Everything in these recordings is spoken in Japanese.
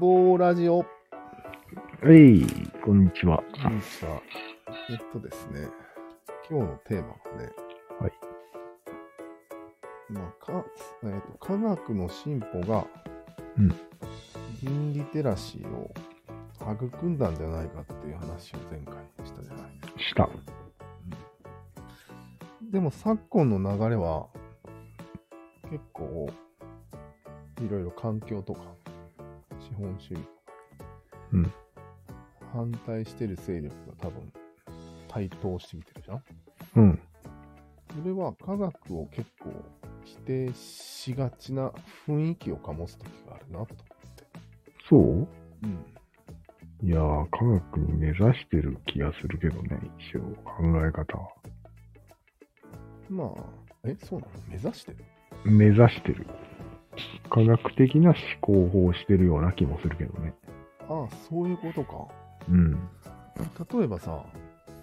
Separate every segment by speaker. Speaker 1: オラジオ。
Speaker 2: はい、こんにちは。
Speaker 1: こんにちは。えっとですね、今日のテーマはね、
Speaker 2: はい。
Speaker 1: まあ、か、えっと、科学の進歩が、
Speaker 2: うん
Speaker 1: 倫理テラシーを育んだんじゃないかっていう話を前回したじゃないですか。
Speaker 2: した。
Speaker 1: でも昨今の流れは、結構、いろいろ環境とか、資本主義とか、
Speaker 2: うん
Speaker 1: 反対してる勢力が多分、台頭してきてるじゃん
Speaker 2: うん。
Speaker 1: それは科学を結構否定しがちな雰囲気を醸す時があるなと。
Speaker 2: そう
Speaker 1: うん。
Speaker 2: いやー、科学に根ざしてる気がするけどね、一応、考え方は。
Speaker 1: まあ、え、そうなの目指してる
Speaker 2: 目指してる。科学的な思考法をしてるような気もするけどね。
Speaker 1: ああ、そういうことか。
Speaker 2: うん。
Speaker 1: 例えばさ、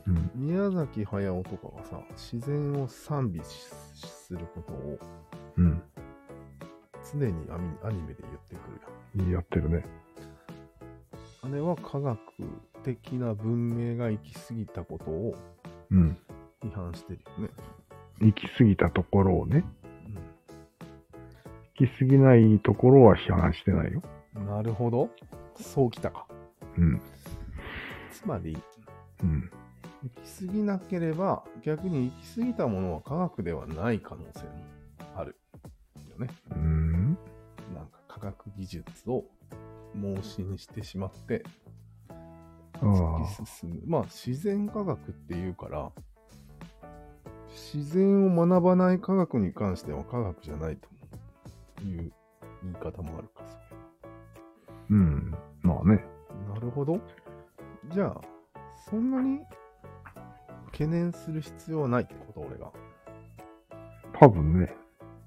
Speaker 2: うん。
Speaker 1: 宮崎駿とかがさ、自然を賛美しすることを
Speaker 2: うん。
Speaker 1: 常にアニアニメで言ってくるや
Speaker 2: やってるね。
Speaker 1: ん。あれは科学的な文明が行き過ぎたことを
Speaker 2: うん。
Speaker 1: 批判してるよね。
Speaker 2: 行き過ぎたところをね、行き過ぎないところは批判してないよ。
Speaker 1: うん、なるほど。そうきたか。
Speaker 2: うん。
Speaker 1: つまり、
Speaker 2: うん。
Speaker 1: 行き過ぎなければ逆に行き過ぎたものは科学ではない可能性もあるよね。
Speaker 2: うーん。
Speaker 1: なんか科学技術を盲信してしまって
Speaker 2: あ
Speaker 1: 突
Speaker 2: あ。
Speaker 1: き進む。まあ自然科学っていうから自然を学ばない科学に関しては科学じゃないという言い方もあるかそれ
Speaker 2: うん。まあね。
Speaker 1: なるほど。じゃあそんなに懸念する必要はないってこと俺が。
Speaker 2: 多分ね。
Speaker 1: へ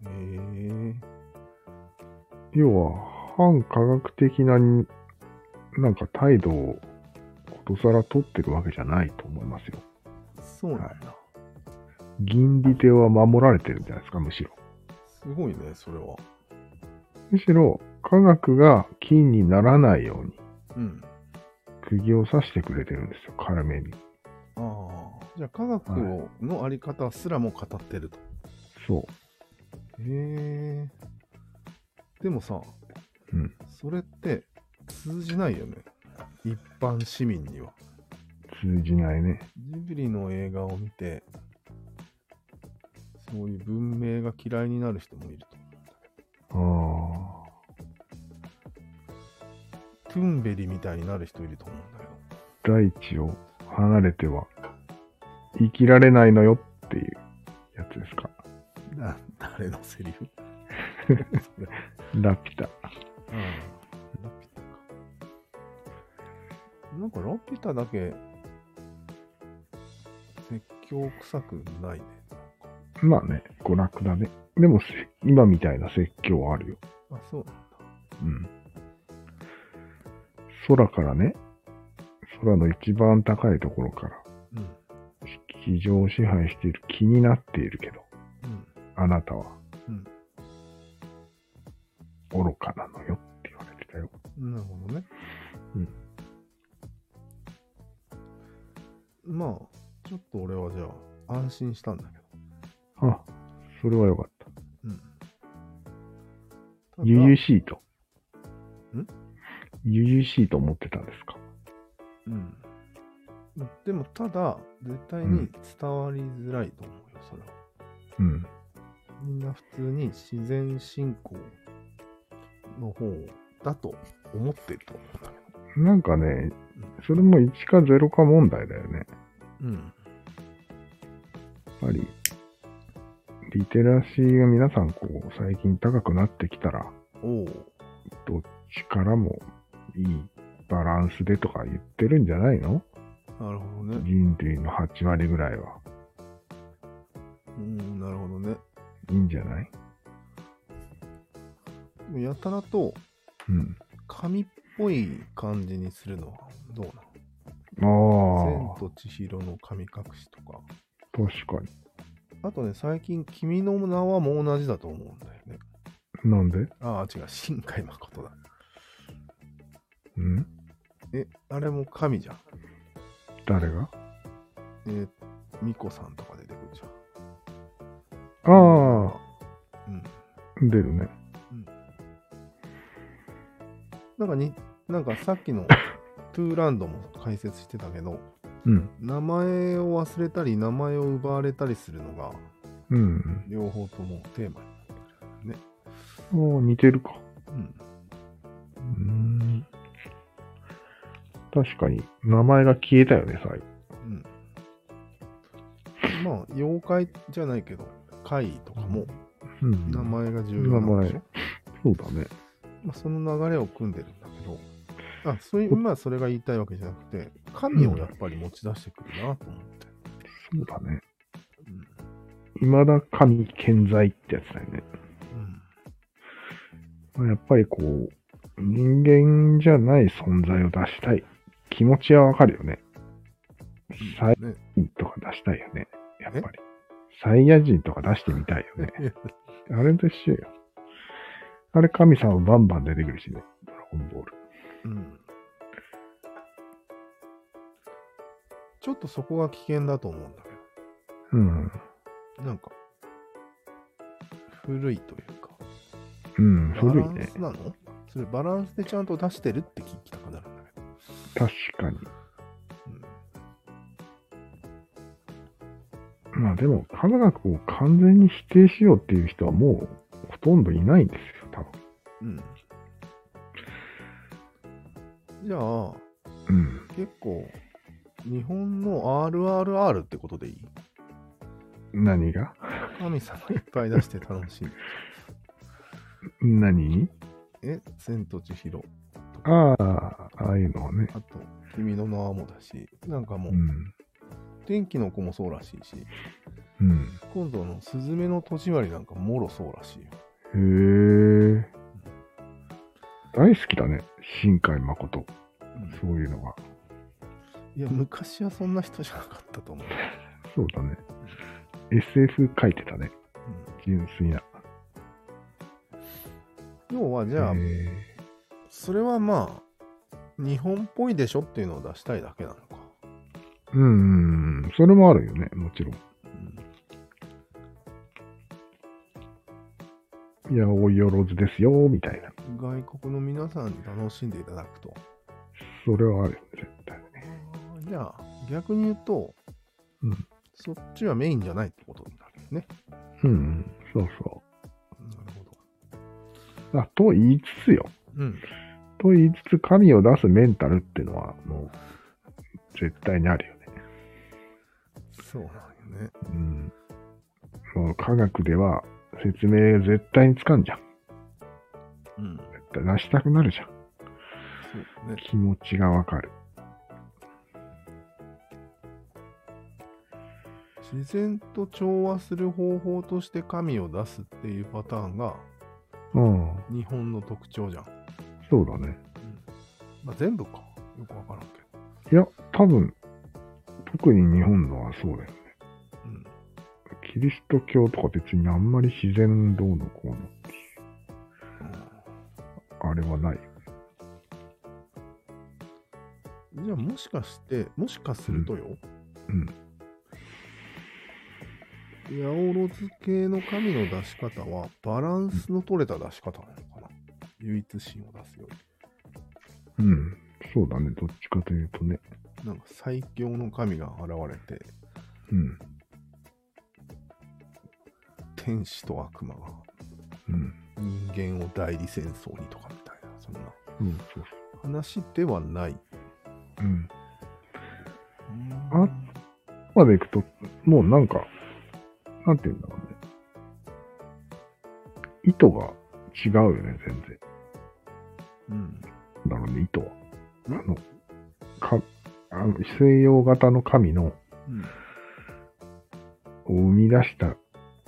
Speaker 1: え。
Speaker 2: 要は、反科学的なに、なんか態度をことさら取ってるわけじゃないと思いますよ。
Speaker 1: そうなんだ。
Speaker 2: 銀利手は守られてるんじゃないですか、むしろ。
Speaker 1: すごいね、それは。
Speaker 2: むしろ、科学が金にならないように、
Speaker 1: うん。
Speaker 2: 釘を刺してくれてるんですよ、軽めに。
Speaker 1: ああ。じゃあ、科学をのあり方すらも語ってると。
Speaker 2: そ
Speaker 1: へえ。でもさ、
Speaker 2: うん
Speaker 1: それって通じないよね。一般市民には。
Speaker 2: う。通じないね。
Speaker 1: ジブリの映画を見て、そういう文明が嫌いになる人もいると。
Speaker 2: ああ。
Speaker 1: トゥンベリみたいになる人いると思うんだけど。
Speaker 2: 大地を離れては生きられないのよっていうやつですか。
Speaker 1: な誰のセリフそれ
Speaker 2: ラピュタ。
Speaker 1: うんラピュタか。なんかラピュタだけ説教臭くないね。
Speaker 2: まあね、娯楽だね。でもせ、今みたいな説教はあるよ。
Speaker 1: あ、そう。
Speaker 2: うん。空からね、空の一番高いところから、
Speaker 1: うん。
Speaker 2: 地上を支配している気になっているけど、
Speaker 1: うん。
Speaker 2: あなたは、
Speaker 1: うん
Speaker 2: 愚かなのよって言われてたよ。
Speaker 1: なるほどね。
Speaker 2: うん。
Speaker 1: まあ、ちょっと俺はじゃあ安心したんだけど。
Speaker 2: あ、それはよかった。
Speaker 1: うん。ただ
Speaker 2: ゆゆしいと。
Speaker 1: ん
Speaker 2: ゆゆしいと思ってたんですか。
Speaker 1: うん。でも、ただ、絶対
Speaker 2: う
Speaker 1: に
Speaker 2: ん
Speaker 1: 伝わりづらいと思うよ、それは。
Speaker 2: うん。
Speaker 1: みんな普通に自然信仰の方だと思ってると思うんだけど。
Speaker 2: なんかね、それも1か0か問題だよね。
Speaker 1: うん。
Speaker 2: やっぱり、リテラシーが皆さんこう、最近高くなってきたら、
Speaker 1: おう
Speaker 2: どっちからもいいバランスでとか言ってるんじゃないの
Speaker 1: なるほどね。
Speaker 2: 人類の8割ぐらいは。
Speaker 1: うん、なるほどね。
Speaker 2: いいんじゃない
Speaker 1: でもやたらと
Speaker 2: うん。
Speaker 1: 紙っぽい感じにするのはどうなの
Speaker 2: ああ
Speaker 1: 千、と千尋の神隠しとか。
Speaker 2: 確か
Speaker 1: あとね、最近、君の名はもう同じだと思うんだよね。
Speaker 2: に。なんで
Speaker 1: ああ、違う、新海誠だ。
Speaker 2: うん
Speaker 1: え、あれも神じゃん。
Speaker 2: 誰が
Speaker 1: えー、巫女さんとか出てくるじゃん。
Speaker 2: ああ、
Speaker 1: うん。
Speaker 2: 出るね。
Speaker 1: なんかに、なんかさっきのトゥーランドも解説してたけど、
Speaker 2: うん。
Speaker 1: 名前を忘れたり、名前を奪われたりするのが、
Speaker 2: うん。
Speaker 1: 両方ともテーマになってくるね。
Speaker 2: おー似てるか。
Speaker 1: うん。
Speaker 2: うーん。確かに、名前が消えたよね、最後。
Speaker 1: うん。まあ、妖怪じゃないけど、怪異とかも
Speaker 2: うん
Speaker 1: 名前が重要なんでしょ、
Speaker 2: そうだね。
Speaker 1: まあ、その流れを組んでるんだけど、あ、そういう、今それが言いたいわけじゃなくて、神をやっぱり持ち出してくるなと思って。
Speaker 2: そうだね。
Speaker 1: うん。
Speaker 2: 未だ神健在ってやつだよね。
Speaker 1: うん。
Speaker 2: やっぱりこう、人間じゃない存在を出したい。気持ちはわかるよね。サイ
Speaker 1: ね
Speaker 2: ヤ人とか出したいよね。やっぱり。サイヤ人とか出してみたいよね。あれと一緒よ。あれ神様バンバン出てくるしね。ドラゴンボール。
Speaker 1: うんちょっとそこが危険だと思うんだけ
Speaker 2: うん。
Speaker 1: ど、なんか、古いというか、
Speaker 2: うん、
Speaker 1: バ
Speaker 2: 古
Speaker 1: ラ
Speaker 2: い
Speaker 1: ン
Speaker 2: ね。
Speaker 1: スなのそれバランスでちゃんと出してるって聞きたくなるんだけど。
Speaker 2: 確かに。
Speaker 1: うん
Speaker 2: まあでも、科学を完全に否定しようっていう人はもうほとんどいないんですよ、多分。
Speaker 1: うん。じゃあ、
Speaker 2: うん。
Speaker 1: 結構、日本の RRR ってことでいい
Speaker 2: 何が
Speaker 1: 神様いっぱい出して楽しい。
Speaker 2: 何に
Speaker 1: え千と千尋。
Speaker 2: ああ、ああいうのはね。
Speaker 1: あと、君の名はもだし、なんかも
Speaker 2: う
Speaker 1: う、
Speaker 2: ん。
Speaker 1: 天気の子もそうらしいし、
Speaker 2: うん。
Speaker 1: 今度のスズメの戸締まりなんかもろそうらしいよ。
Speaker 2: へえ。大好きだね、新海誠。そういうのが。
Speaker 1: いや、昔はそんな人じゃなかったと思う。
Speaker 2: そうだね。SF 書いてたね、純粋な。
Speaker 1: うん要は、じゃあ
Speaker 2: へ、え
Speaker 1: それはまあ、日本っぽいでしょっていうのを出したいだけなのか。
Speaker 2: うん、うん、それもあるよね、もちろん。
Speaker 1: うん
Speaker 2: いや、およろずですよ、みたいな。
Speaker 1: 外国の皆さんに楽しんでいただくと。
Speaker 2: それはあるよね、絶対ね。
Speaker 1: じゃあ、逆に言うと、
Speaker 2: うん
Speaker 1: そっちはメインじゃないってことになるよね。
Speaker 2: うん、うん、そうそ
Speaker 1: なるほど。
Speaker 2: う。あと言いつつよ。
Speaker 1: うん。
Speaker 2: と言いつつ、神を出すメンタルってのは、もう、絶対にあるよね。
Speaker 1: そうなんよね。
Speaker 2: うん。もう科学では説明絶対につかんじゃん。
Speaker 1: うん。
Speaker 2: 絶対出したくなるじゃん。
Speaker 1: そうね。
Speaker 2: 気持ちがわかる。
Speaker 1: 自然と調和する方法として神を出すっていうパターンが
Speaker 2: うん。
Speaker 1: 日本の特徴じゃん。
Speaker 2: そうだね。
Speaker 1: まあ、全部か。よくわからんけど。
Speaker 2: いや、多分、特に日本のはそうだよ。
Speaker 1: うん。
Speaker 2: キリスト教とか別にあんまり自然どうのこうの、あれはない。
Speaker 1: じゃあもしかして、もしかするとよ、
Speaker 2: うん。
Speaker 1: 八百万系の神の出し方はバランスの取れた出し方なのかな。唯一心を出すより。
Speaker 2: うん。そうだね。どっちかというとね。
Speaker 1: なんか最強の神が現れて、
Speaker 2: うん。
Speaker 1: 天使と悪魔が
Speaker 2: うん。
Speaker 1: 人間を代理戦争にとかみたいな、そんな
Speaker 2: うん、そう
Speaker 1: 話ではない。
Speaker 2: そう。うん。
Speaker 1: う
Speaker 2: あ
Speaker 1: ん
Speaker 2: まで行くと、もうなんか、なんて言うんだろうね。意図が違うよね、全然。
Speaker 1: うん。
Speaker 2: だろうね、意図は。
Speaker 1: ん
Speaker 2: あの、か、あの、西洋型の神の、
Speaker 1: うん
Speaker 2: を生み出した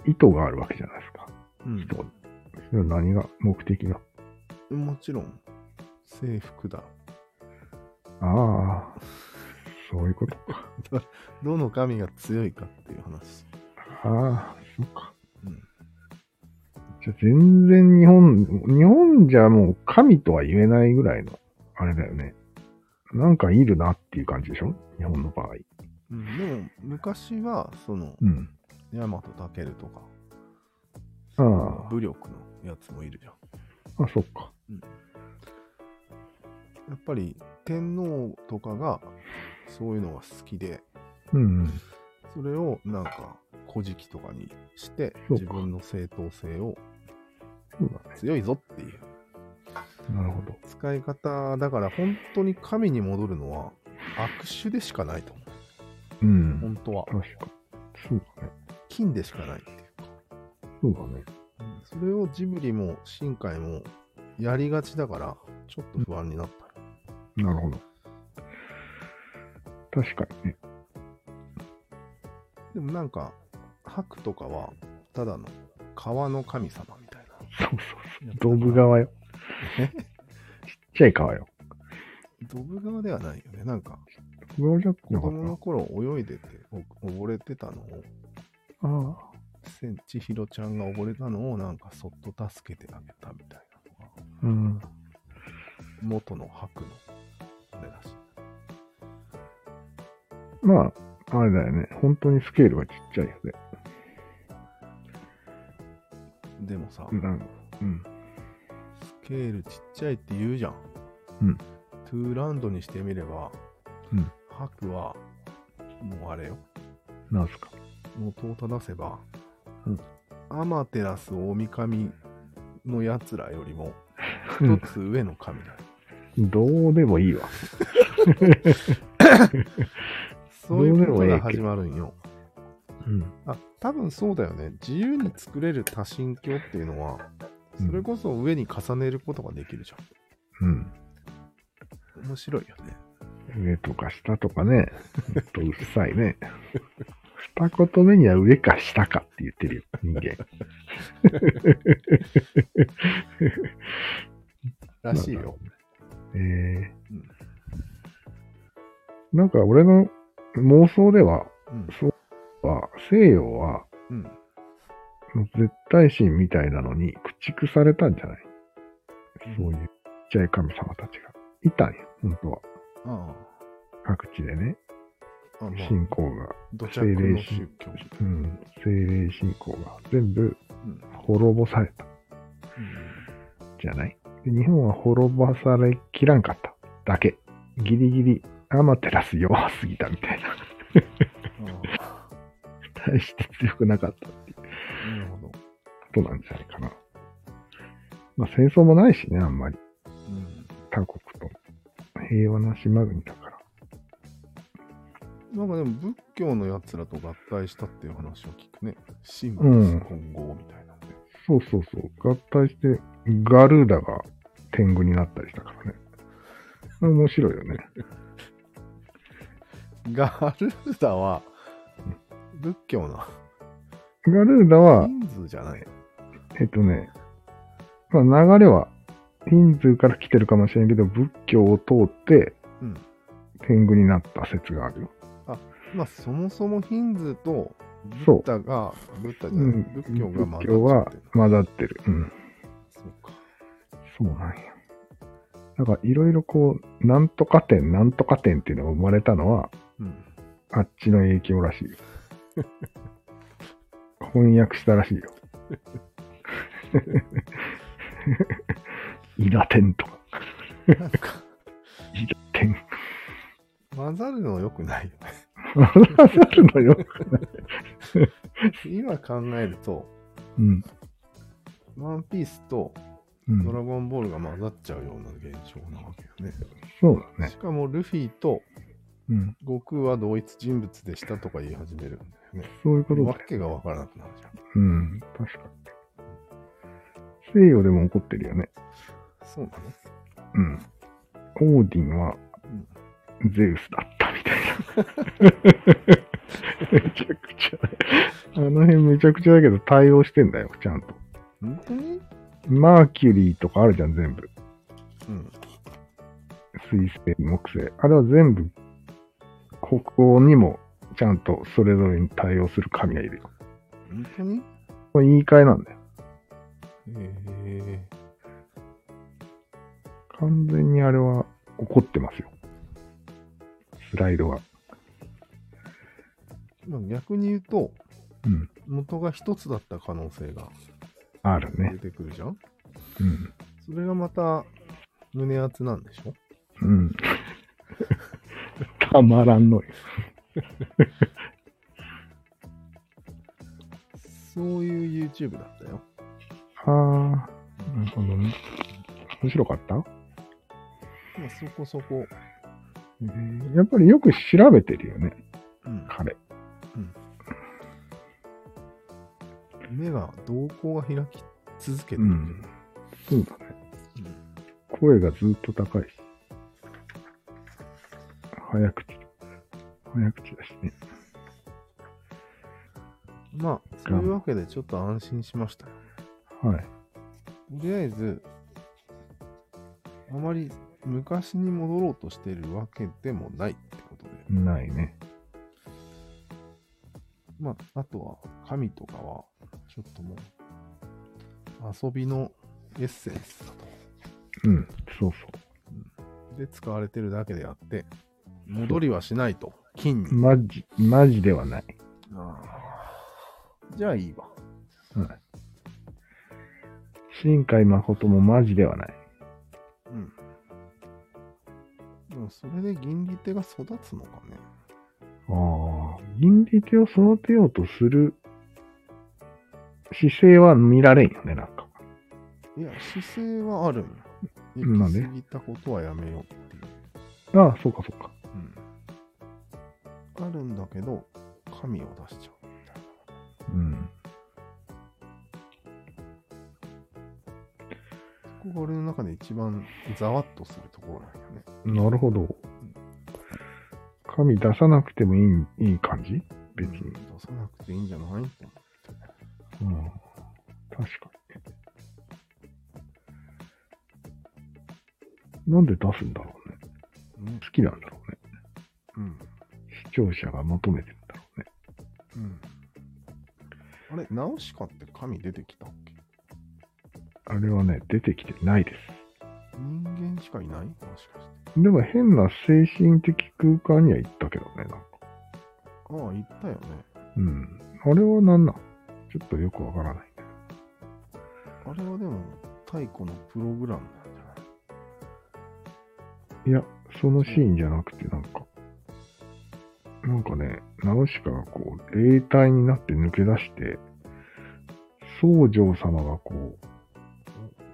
Speaker 2: 意図があるわけじゃないですか。
Speaker 1: うん
Speaker 2: 人は。それは何が、目的が。
Speaker 1: もちろん、制服だ。
Speaker 2: ああ、そういうことか。
Speaker 1: どの神が強いかっていう話。
Speaker 2: ああ、そっか。
Speaker 1: うん
Speaker 2: じゃあ全然日本、日本じゃもう神とは言えないぐらいのあれだよね。なんかいるなっていう感じでしょ日本の場合。
Speaker 1: うん、でも、昔は、その、
Speaker 2: うん。
Speaker 1: ヤマトタケルとか、
Speaker 2: あ
Speaker 1: 武力のやつもいるじゃん。
Speaker 2: あ、あ、そっか。
Speaker 1: やっぱり、天皇とかが、そういうのが好きで、
Speaker 2: うんうん。
Speaker 1: それを、なんか、古事記とかにして、
Speaker 2: そうか
Speaker 1: 自分の正当性を
Speaker 2: そうだ
Speaker 1: 強いぞっていう
Speaker 2: ね。なるほど。
Speaker 1: 使い方だから、本当に神に戻るのは、握手でしかないと思う。
Speaker 2: うん。
Speaker 1: 本当は。
Speaker 2: 確か。そうだね。
Speaker 1: 金でしかないっていう
Speaker 2: そうだね。
Speaker 1: それをジブリも新海もやりがちだから、ちょっと不安になった。
Speaker 2: なるほど。確かにね。
Speaker 1: でもなんか、ハクとかは、ただの川の神様みたい
Speaker 2: そうそう
Speaker 1: な。
Speaker 2: そう。ドブ川よ。
Speaker 1: え
Speaker 2: ちっちゃい川よ。
Speaker 1: ドブ川ではないよね。なんか、
Speaker 2: ドブ川じゃ
Speaker 1: 子
Speaker 2: なかっ
Speaker 1: 供の頃泳いでて、お溺れてたのを、
Speaker 2: た。ああ。
Speaker 1: せ千尋ちゃんが溺れたのをなんかそっと助けてあげたみたいなのが、
Speaker 2: うん。
Speaker 1: 元のハクの、あれらしい。
Speaker 2: まあ、あれだよね。本当にスケールがちっちゃいよね。
Speaker 1: でもさ、
Speaker 2: なんうん。
Speaker 1: スケールちっちゃいって言うじゃん。
Speaker 2: うん
Speaker 1: トゥーランドにしてみれば、
Speaker 2: うん
Speaker 1: ハクは、もうあれよ、
Speaker 2: なんすか。
Speaker 1: 元を正せば、
Speaker 2: うん
Speaker 1: アマテラス大神のやつらよりも、
Speaker 2: う
Speaker 1: 一
Speaker 2: ん
Speaker 1: つ上の神だよ。
Speaker 2: どうでもいいわ。
Speaker 1: そういうこ
Speaker 2: ど
Speaker 1: と
Speaker 2: うでもええ
Speaker 1: が
Speaker 2: けど
Speaker 1: 始まるんよ。
Speaker 2: うん。
Speaker 1: あ、多分そうだよね。自由に作れる多神教っていうのは、それこそ上に重ねることができるじ
Speaker 2: うん。
Speaker 1: ゃん。面白いよね。
Speaker 2: 上とか下とかね。ほんとうっさいね。二言目には上か下かって言ってるよ、人間。
Speaker 1: らしいよ。
Speaker 2: ええなんか俺の妄想では、
Speaker 1: うん。
Speaker 2: は西洋は
Speaker 1: うん。
Speaker 2: 絶対神みたいなのに駆逐されたんじゃないそういうちっちゃい神様たちが。いたんよ、本当は。
Speaker 1: あ
Speaker 2: 各地でね、
Speaker 1: あ。あまあ
Speaker 2: 信仰が、
Speaker 1: 土着の宗教。
Speaker 2: うん、精霊信仰が全部
Speaker 1: うん
Speaker 2: 滅ぼされたじゃないで日本は滅ばされきらんかっただけ。ギリギリ、アマテラス弱すぎたみたいな。
Speaker 1: うんあ
Speaker 2: 大して強くなかったっていうこ
Speaker 1: あなるほど。
Speaker 2: となんじゃないかな。まあ戦争もないしね、あんまり。
Speaker 1: う
Speaker 2: 他国と。平和な島国だから。
Speaker 1: ん、なんかでも仏教のやつらと合体したっていう話を聞くね。神仏
Speaker 2: うん
Speaker 1: 混合みたいなので。
Speaker 2: そうそうそう。合体して、ガルーダが天狗になったりしたからね。面白いよね。
Speaker 1: ガルーダは仏教の
Speaker 2: ガルーダは、
Speaker 1: 人数じゃない。
Speaker 2: えっとね、まあ、流れはヒンズーから来てるかもしれんけど、仏教を通って
Speaker 1: うん、
Speaker 2: 天狗になった説があるよ。
Speaker 1: まあそもそもヒンズーとブ
Speaker 2: そう
Speaker 1: ッダが、ブッダじゃ
Speaker 2: う
Speaker 1: ない、
Speaker 2: ん、
Speaker 1: 仏教が混ざっちゃって
Speaker 2: 仏教は
Speaker 1: る。
Speaker 2: 混ざってる。うん。
Speaker 1: そうか。
Speaker 2: そうなんや。だからいろいろこう、なんとか点、なんとか点っていうのが生まれたのは、
Speaker 1: うん。
Speaker 2: あっちの影響らしいよ。翻訳したらしいよ。イラ点とか、
Speaker 1: なんか
Speaker 2: イラ点。
Speaker 1: 混ざるの良くないよね。
Speaker 2: 混ざるのよ。
Speaker 1: 今考えると、
Speaker 2: うん。
Speaker 1: ワンピースと
Speaker 2: うん
Speaker 1: ドラゴンボールが混ざっちゃうような現象なわけよね。
Speaker 2: そうだね。
Speaker 1: しかもルフィと
Speaker 2: うん。
Speaker 1: 悟空は同一人物でしたとか言い始めるんだよね。
Speaker 2: そういうことだ
Speaker 1: わ
Speaker 2: よ。
Speaker 1: けがわからなくなるじゃん。
Speaker 2: うん。確かに。西洋でも怒ってるよね。
Speaker 1: そうなの、
Speaker 2: うん。オーディンは
Speaker 1: うん
Speaker 2: ゼウスだったみたいな。めちゃくちゃ。あの辺めちゃくちゃだけど対応してんだよ、ちゃんと。
Speaker 1: 本当に
Speaker 2: マーキュリーとかあるじゃん、全部。
Speaker 1: うん。
Speaker 2: 水星、木星。あれは全部、ここにもちゃんとそれぞれに対応する神がいるよ。
Speaker 1: 本当に
Speaker 2: これ言い換えなんだよ。
Speaker 1: え
Speaker 2: 完全にあれは怒ってますよ。スライドが。
Speaker 1: まあ逆に言うと、
Speaker 2: うん。
Speaker 1: 元が一つだった可能性が
Speaker 2: あるね
Speaker 1: 出。てくるじゃん、
Speaker 2: うん。
Speaker 1: それがまた胸熱なんでしょ
Speaker 2: うん。たまらんのよ。
Speaker 1: そういう YouTube だったよ。
Speaker 2: ああ、なるほどね。面白かった
Speaker 1: まあそこそこ。
Speaker 2: えーやっぱりよく調べてるよね、
Speaker 1: うん
Speaker 2: 彼。
Speaker 1: 目が、瞳孔が開き続けてる、
Speaker 2: うん。そうだね。
Speaker 1: うん
Speaker 2: 声がずっと高いし。早口。早口だしね。
Speaker 1: まあ、そういうわけでちょっと安心しましたよ。
Speaker 2: はい。
Speaker 1: とりあえず、あまり昔に戻ろうとしてるわけでもないってことで。
Speaker 2: ないね。
Speaker 1: まあ、あとは、神とかは、ちょっともう、遊びのエッセンスだと。
Speaker 2: うん。そう
Speaker 1: で、使われてるだけであって、戻りはしないと。金に
Speaker 2: そう。。マジ、マジではない。
Speaker 1: じゃあいいわ。
Speaker 2: はい。新海誠もマジではない。
Speaker 1: うん。でもそれで銀利手が育つのかね。
Speaker 2: ああ。銀利手を育てようとする姿勢は見られんよね、なんか。
Speaker 1: いや、姿勢はあるんよ。
Speaker 2: うんまあね
Speaker 1: 行き過ぎたことはやめようっていう。
Speaker 2: ああ、そうかそうか。
Speaker 1: うん。あるんだけど、神を出しちゃうみたいな。
Speaker 2: うん。
Speaker 1: ここが俺の中で一番ざわっとするところなんよね。
Speaker 2: なるほど。紙出さなくてもいい、いい感じ別に
Speaker 1: うん出さなくていいんじゃないって思
Speaker 2: うん。確かに。なんで出すんだろうね。
Speaker 1: う。ね
Speaker 2: 好。きなんだろうね。
Speaker 1: うん。
Speaker 2: 視聴者が求めてるんだろうね。
Speaker 1: うん。あれ、ナウシカって神出てきたっけ
Speaker 2: あれはね、出てきてないで
Speaker 1: 人間しかいないもしかして。
Speaker 2: す。でも変な精神的空間には行ったけどね、なんか。
Speaker 1: ああ、言ったよね。
Speaker 2: うん。あれは何なんちょっとよくわからない。
Speaker 1: あれはでも、太古のプログラムなんじゃない
Speaker 2: いや、そのシーンじゃなくて、なんか、なんかね、ナウシカがこう、霊体になって抜け出して、僧正様がこう、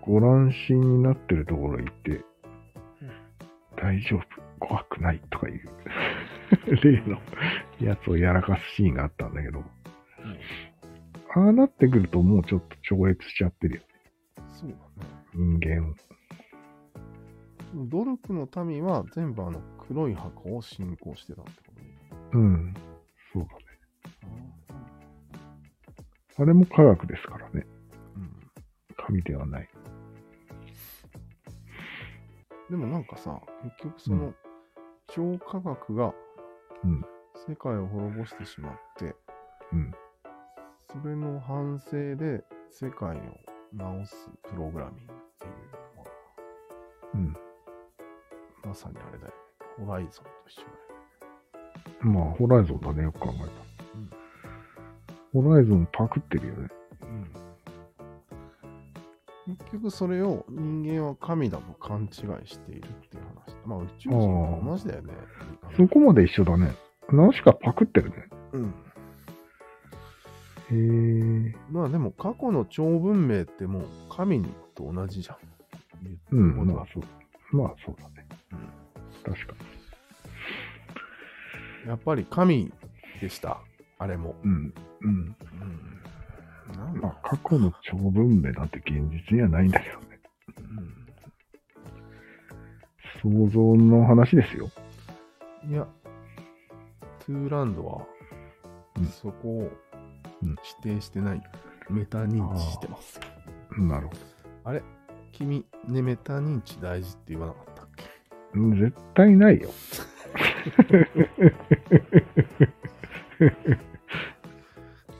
Speaker 2: ご乱心になってるところへ行って、大丈夫、怖くないとかいう、 例のやつをやらかすシーンがあったんだけど、ああなってくるともうちょっと超越しちゃってるよ、
Speaker 1: そうだね。
Speaker 2: 人間を。
Speaker 1: 努力の民は全部あの黒い箱を信仰してたってことね。
Speaker 2: うん、そうだね。あれも科学ですからね。
Speaker 1: うん。
Speaker 2: 神ではない。
Speaker 1: でもなんかさ、結局その、超科学が
Speaker 2: うん、
Speaker 1: 世界を滅ぼしてしまって、
Speaker 2: うん。
Speaker 1: それの反省で世界を直すプログラミングっていうのは、
Speaker 2: うん。
Speaker 1: まさにあれだよね。ホライゾンと一緒だよ
Speaker 2: まあ、ホライゾンだね、よく考えたら。ホライゾンパクってるよね。
Speaker 1: 結局それを人間は神だと勘違いしているっていう話。まあ宇宙人と同じだよね。
Speaker 2: そこまで一緒だね。ナウシカパクってるね。
Speaker 1: うん。
Speaker 2: へえ。
Speaker 1: まあでも過去の超文明ってもう神と同じじゃん。言って
Speaker 2: う
Speaker 1: るこ
Speaker 2: ん、
Speaker 1: と
Speaker 2: まあ
Speaker 1: は
Speaker 2: そう。まあそうだね。
Speaker 1: うん
Speaker 2: 確か
Speaker 1: やっぱり神でした。あれも。
Speaker 2: に。うん。うん。
Speaker 1: うん。なん
Speaker 2: ま
Speaker 1: だ、
Speaker 2: あ、過去の超文明なんて現実にはないんだけどね。
Speaker 1: う
Speaker 2: 想像の話ですよ。
Speaker 1: ん、いや、トゥーランドは
Speaker 2: うん
Speaker 1: そこを
Speaker 2: うん
Speaker 1: 否定してない。メタ認知してます。
Speaker 2: なるほ
Speaker 1: あれ君、ね、メタ認知大事って言わなかったっけ
Speaker 2: ど。うん絶対な いよ。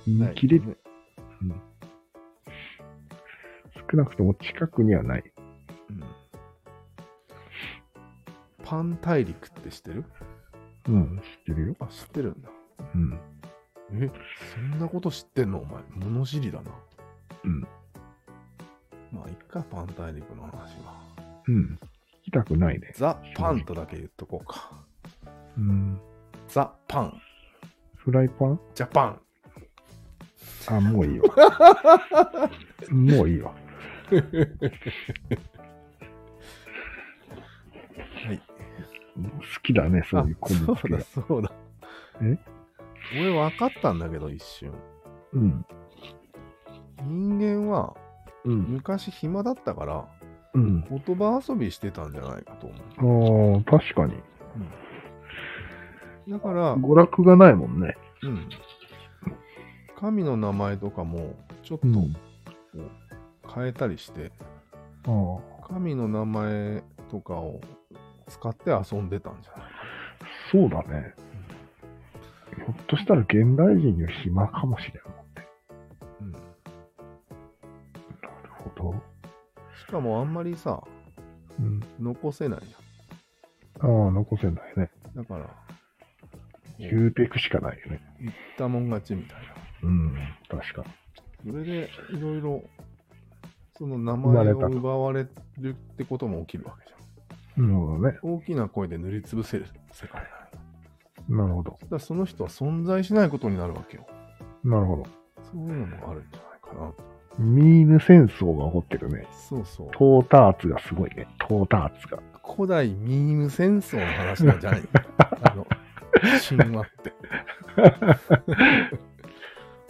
Speaker 2: 見切れ、
Speaker 1: ね。
Speaker 2: 少なくとも近くにはない。
Speaker 1: うん。パン大陸って知ってる
Speaker 2: うん、知ってるよ。
Speaker 1: あ、知ってるんだ。
Speaker 2: うん。
Speaker 1: え、そんなこと知ってんのお前。物知りだな。
Speaker 2: うん。
Speaker 1: まあ、いっか、パン大陸の話は。
Speaker 2: うん。聞きたくないね。
Speaker 1: ザ・パンとだけ言っとこうか。
Speaker 2: うん。
Speaker 1: ザ・パン、
Speaker 2: フライパン
Speaker 1: ジャパン。
Speaker 2: あ、もういいよ。 も ういいよ。
Speaker 1: はい。
Speaker 2: 好きだね、そうい
Speaker 1: あ
Speaker 2: うコミ
Speaker 1: そう
Speaker 2: ック
Speaker 1: だ、
Speaker 2: が。
Speaker 1: そうだ。
Speaker 2: え
Speaker 1: 俺分かったんだけど、一瞬。
Speaker 2: うん。
Speaker 1: 人間は
Speaker 2: うん。
Speaker 1: 昔暇だったから
Speaker 2: うん。
Speaker 1: 言葉遊びしてたんじゃないかと思う。
Speaker 2: ああ、確かに。
Speaker 1: だから、
Speaker 2: 娯楽がないもんね。
Speaker 1: うん。神の名前とかもちょっと
Speaker 2: うん。
Speaker 1: 変えたりして、
Speaker 2: ああ、
Speaker 1: 神の名前とかを使って遊んでたんじゃない
Speaker 2: そうだね。ひょっとしたら現代人より暇かもしれんもんね。
Speaker 1: うん。
Speaker 2: なるほど。
Speaker 1: しかもあんまりさ、
Speaker 2: うん。
Speaker 1: 残せないじ
Speaker 2: ああ、残せないね。
Speaker 1: ゃん。だから、
Speaker 2: 言うていくしかないよね。
Speaker 1: 言ったもん勝ちみたい
Speaker 2: うん。確か
Speaker 1: な。それで、いろいろ、その名
Speaker 2: 生ま
Speaker 1: 前
Speaker 2: れ
Speaker 1: を
Speaker 2: たと
Speaker 1: 奪われるってことも起きるわけじゃん。
Speaker 2: に。なるほどね。
Speaker 1: 大きな声で塗りつぶせる世界だよ
Speaker 2: なるほど。
Speaker 1: だからその人は存在しないことになるわけよ。
Speaker 2: なるほど。
Speaker 1: そういうのもあるんじゃないかな。
Speaker 2: ミーム戦争が起こってるね。
Speaker 1: そうそう。
Speaker 2: トーターツがすごいね。トーターツが。
Speaker 1: 古代ミーム戦争の話なんじゃないあの、神話って。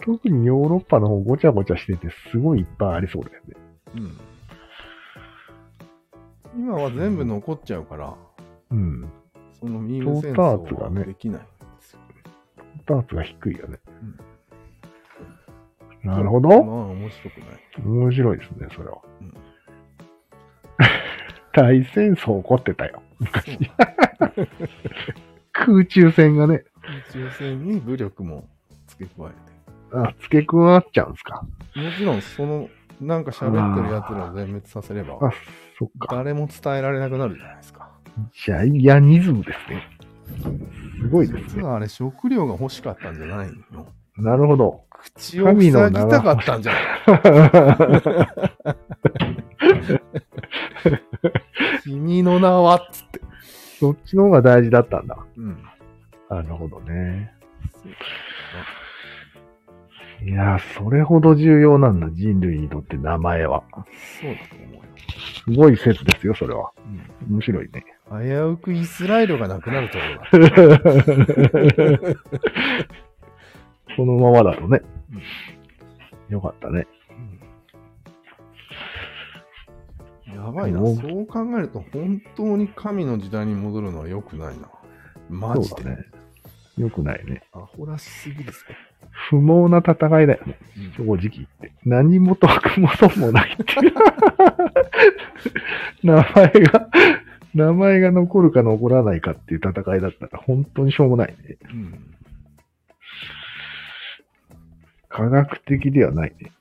Speaker 2: 特にヨーロッパの方ごちゃごちゃしてて、すごいいっぱいありそうだよね。
Speaker 1: うん。今は全部残っちゃうから、
Speaker 2: うん。
Speaker 1: そのミーム戦争
Speaker 2: トーター
Speaker 1: は
Speaker 2: ズがね
Speaker 1: できないんですよ。
Speaker 2: トーターツが低いよね。
Speaker 1: ん
Speaker 2: なるほ
Speaker 1: まあ
Speaker 2: ど。
Speaker 1: 面白くない。
Speaker 2: 面白いですね、それは。
Speaker 1: うん
Speaker 2: 大戦争起こってたよ。昔。空中戦がね、
Speaker 1: 宇宙船に武力も付け加え
Speaker 2: あ、付け加わっちゃうんですか。
Speaker 1: て。もちろん、その、なんか喋ってる奴らを全滅させれば、
Speaker 2: あ、そっか。
Speaker 1: 誰も伝えられなくなるじゃないですか。
Speaker 2: ジャイアニズムですね。すごいです
Speaker 1: 実
Speaker 2: ね。
Speaker 1: はあれ、食料が欲しかったんじゃないのよ。
Speaker 2: なるほど。
Speaker 1: 口を塞ぎたかったんじゃない君の名はっつって。
Speaker 2: そっちの方が大事だったんだ。
Speaker 1: うん。
Speaker 2: なるほどね。
Speaker 1: そう
Speaker 2: いやー、それほど重要なんだ、人類にとって名前は。
Speaker 1: そうだと思うよ。
Speaker 2: すごい説ですよ、それは。
Speaker 1: うん
Speaker 2: 面白いね。
Speaker 1: 危うくイスラエルがなくなるところだ。
Speaker 2: そのままだとね。よかったね。
Speaker 1: やばいな。
Speaker 2: もう
Speaker 1: そう考えると、本当に神の時代に戻るのは良くないな。マジ
Speaker 2: そう
Speaker 1: で。
Speaker 2: だね。よくないね。
Speaker 1: アホらしすぎですね。
Speaker 2: 不毛な戦いだよね。正直言って。何も得も損もないっていう。 名前が、名前が残るか残らないかっていう戦いだったら本当にしょうもないね。
Speaker 1: うん。
Speaker 2: 科学的ではないね。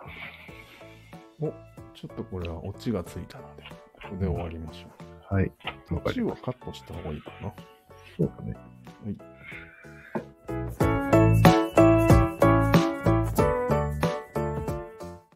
Speaker 1: ちょっとこれはオチがついたので、ここで終わりましょう。
Speaker 2: はい。わ
Speaker 1: オ
Speaker 2: か
Speaker 1: チ
Speaker 2: りま
Speaker 1: はカットした方がいいかな。
Speaker 2: す。そうだね。
Speaker 1: はい。